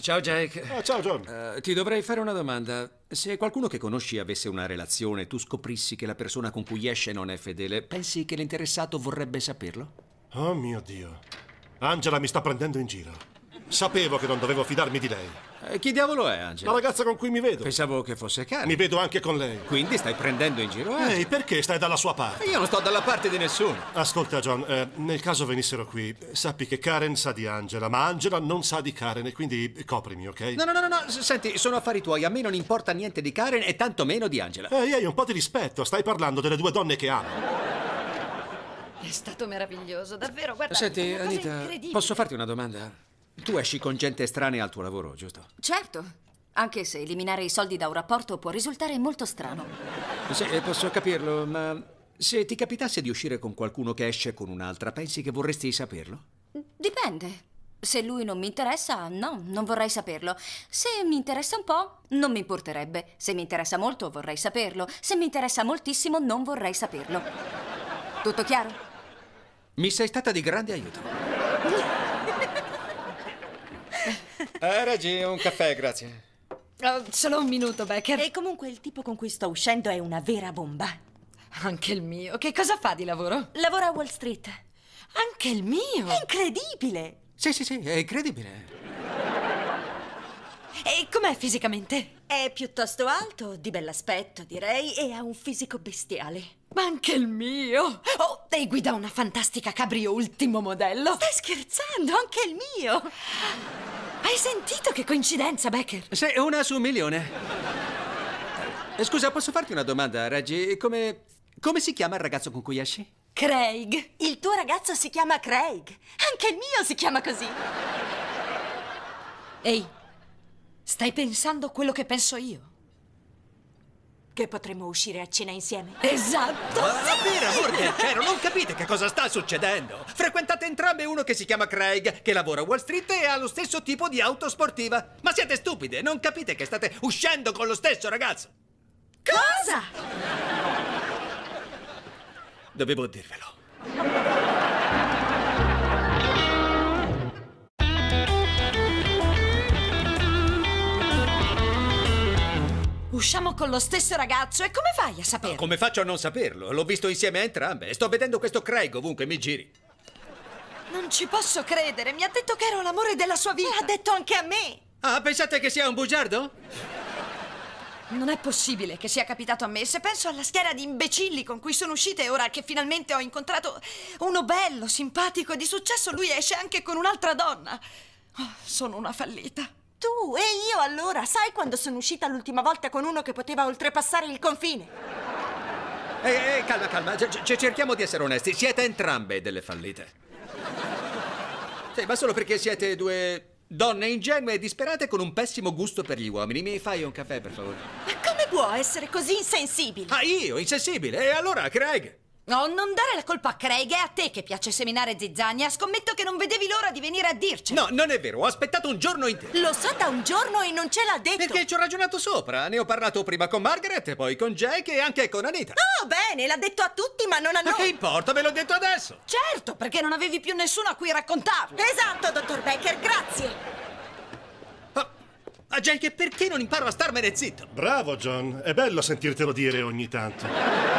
Ciao Jack. Ah, ciao John. Eh, ti dovrei fare una domanda. Se qualcuno che conosci avesse una relazione, tu scoprissi che la persona con cui esce non è fedele, pensi che l'interessato vorrebbe saperlo? Oh mio Dio. Angela mi sta prendendo in giro. Sapevo che non dovevo fidarmi di lei. Eh, chi diavolo è, La Angela? ragazza con cui mi vedo. Pensavo che fosse Carmen. Mi vedo anche con lei. Quindi stai prendendo in giro eh? Angela? Ehi, perché stai dalla sua parte? Eh, Io non sto dalla parte di nessuno. Ascolta John, eh, nel caso venissero qui, sappi che Karen sa di Angela, ma Angela non sa di Karen e quindi coprimi, ok? No, no, no, no, no, s- senti, sono affari tuoi, a me non importa niente di Karen e tanto meno di Angela. Ehi, ehi, un po' di rispetto, stai parlando delle due donne che amo. È stato meraviglioso, davvero, guarda. Senti, una cosa Anita, incredibile. posso farti una domanda? Tu esci con gente estranea al tuo lavoro, giusto? Certo, anche se eliminare i soldi da un rapporto può risultare molto strano. Sì, eh, posso capirlo, ma se ti capitasse di uscire con qualcuno che esce con un'altra, pensi che vorresti saperlo? Dipende. Se lui non mi interessa, no, non vorrei saperlo. Se mi interessa un po', non mi importerebbe. Se mi interessa molto, vorrei saperlo. Se mi interessa moltissimo, non vorrei saperlo. Tutto chiaro? Mi sei stata di grande aiuto. Eh, Reggie, un caffè, grazie. Oh, solo un minuto, Becker. E comunque il tipo con cui sto uscendo è una vera bomba. Anche il mio. Che cosa fa di lavoro? Lavora a Wall Street. Anche il mio. È incredibile! Sì, sì, sì, è incredibile. E com'è fisicamente? È piuttosto alto, di bell'aspetto direi, e ha un fisico bestiale. Ma anche il mio. Oh, e guida una fantastica cabrio ultimo modello. Stai scherzando, anche il mio! Hai sentito che coincidenza, Becker? Sei una su un milione. Eh, Scusa, posso farti una domanda, Reggie? Come... come si chiama il ragazzo con cui esci? Craig. Il tuo ragazzo si chiama Craig. Anche il mio si chiama così. Ehi, stai pensando quello che penso io? Che potremmo uscire a cena insieme? Esatto. Per amor del cielo, non capite che cosa sta succedendo? Frequentate entrambe uno che si chiama Craig, che lavora a Wall Street e ha lo stesso tipo di auto sportiva. Ma siete stupide, non capite che state uscendo con lo stesso ragazzo. Cosa? Dovevo dirvelo. Usciamo con lo stesso ragazzo e come fai a saperlo? Come faccio a non saperlo? L'ho visto insieme a entrambe e sto vedendo questo Craig ovunque mi giri. Ah, Non ci posso credere, mi ha detto che ero l'amore della sua vita. Ha detto anche a me! Ah, pensate che sia un bugiardo? Non è possibile che sia capitato a me. Se penso alla schiera di imbecilli con cui sono uscite ora che finalmente ho incontrato uno bello, simpatico e di successo, lui esce anche con un'altra donna. Oh, sono una fallita. Tu e io allora, sai quando sono uscita l'ultima volta con uno che poteva oltrepassare il confine? Eh, eh, calma, calma, c- c- cerchiamo di essere onesti. Siete entrambe delle fallite. Sì, ma solo perché siete due donne ingenue e disperate con un pessimo gusto per gli uomini. Mi fai un caffè, per favore? Ma come può essere così insensibile? Ah, io, insensibile. E allora, Craig? No, non dare la colpa a Craig, è a te che piace seminare zizzania. Scommetto che non vedevi l'ora di venire a dirci. No, non è vero. Ho aspettato un giorno intero. Lo so da un giorno e non ce l'ha detto! Perché ci ho ragionato sopra. Ne ho parlato prima con Margaret, e poi con Jake e anche con Anita. Ah, Oh, bene, l'ha detto a tutti, ma non a Ma che noi! importa, ve l'ho detto adesso. Certo, perché non avevi più nessuno a cui raccontarlo. Esatto, dottor Becker, grazie! Ah, ah, Jake, perché non imparo a starmene zitto? Bravo John, è bello sentirtelo dire ogni tanto.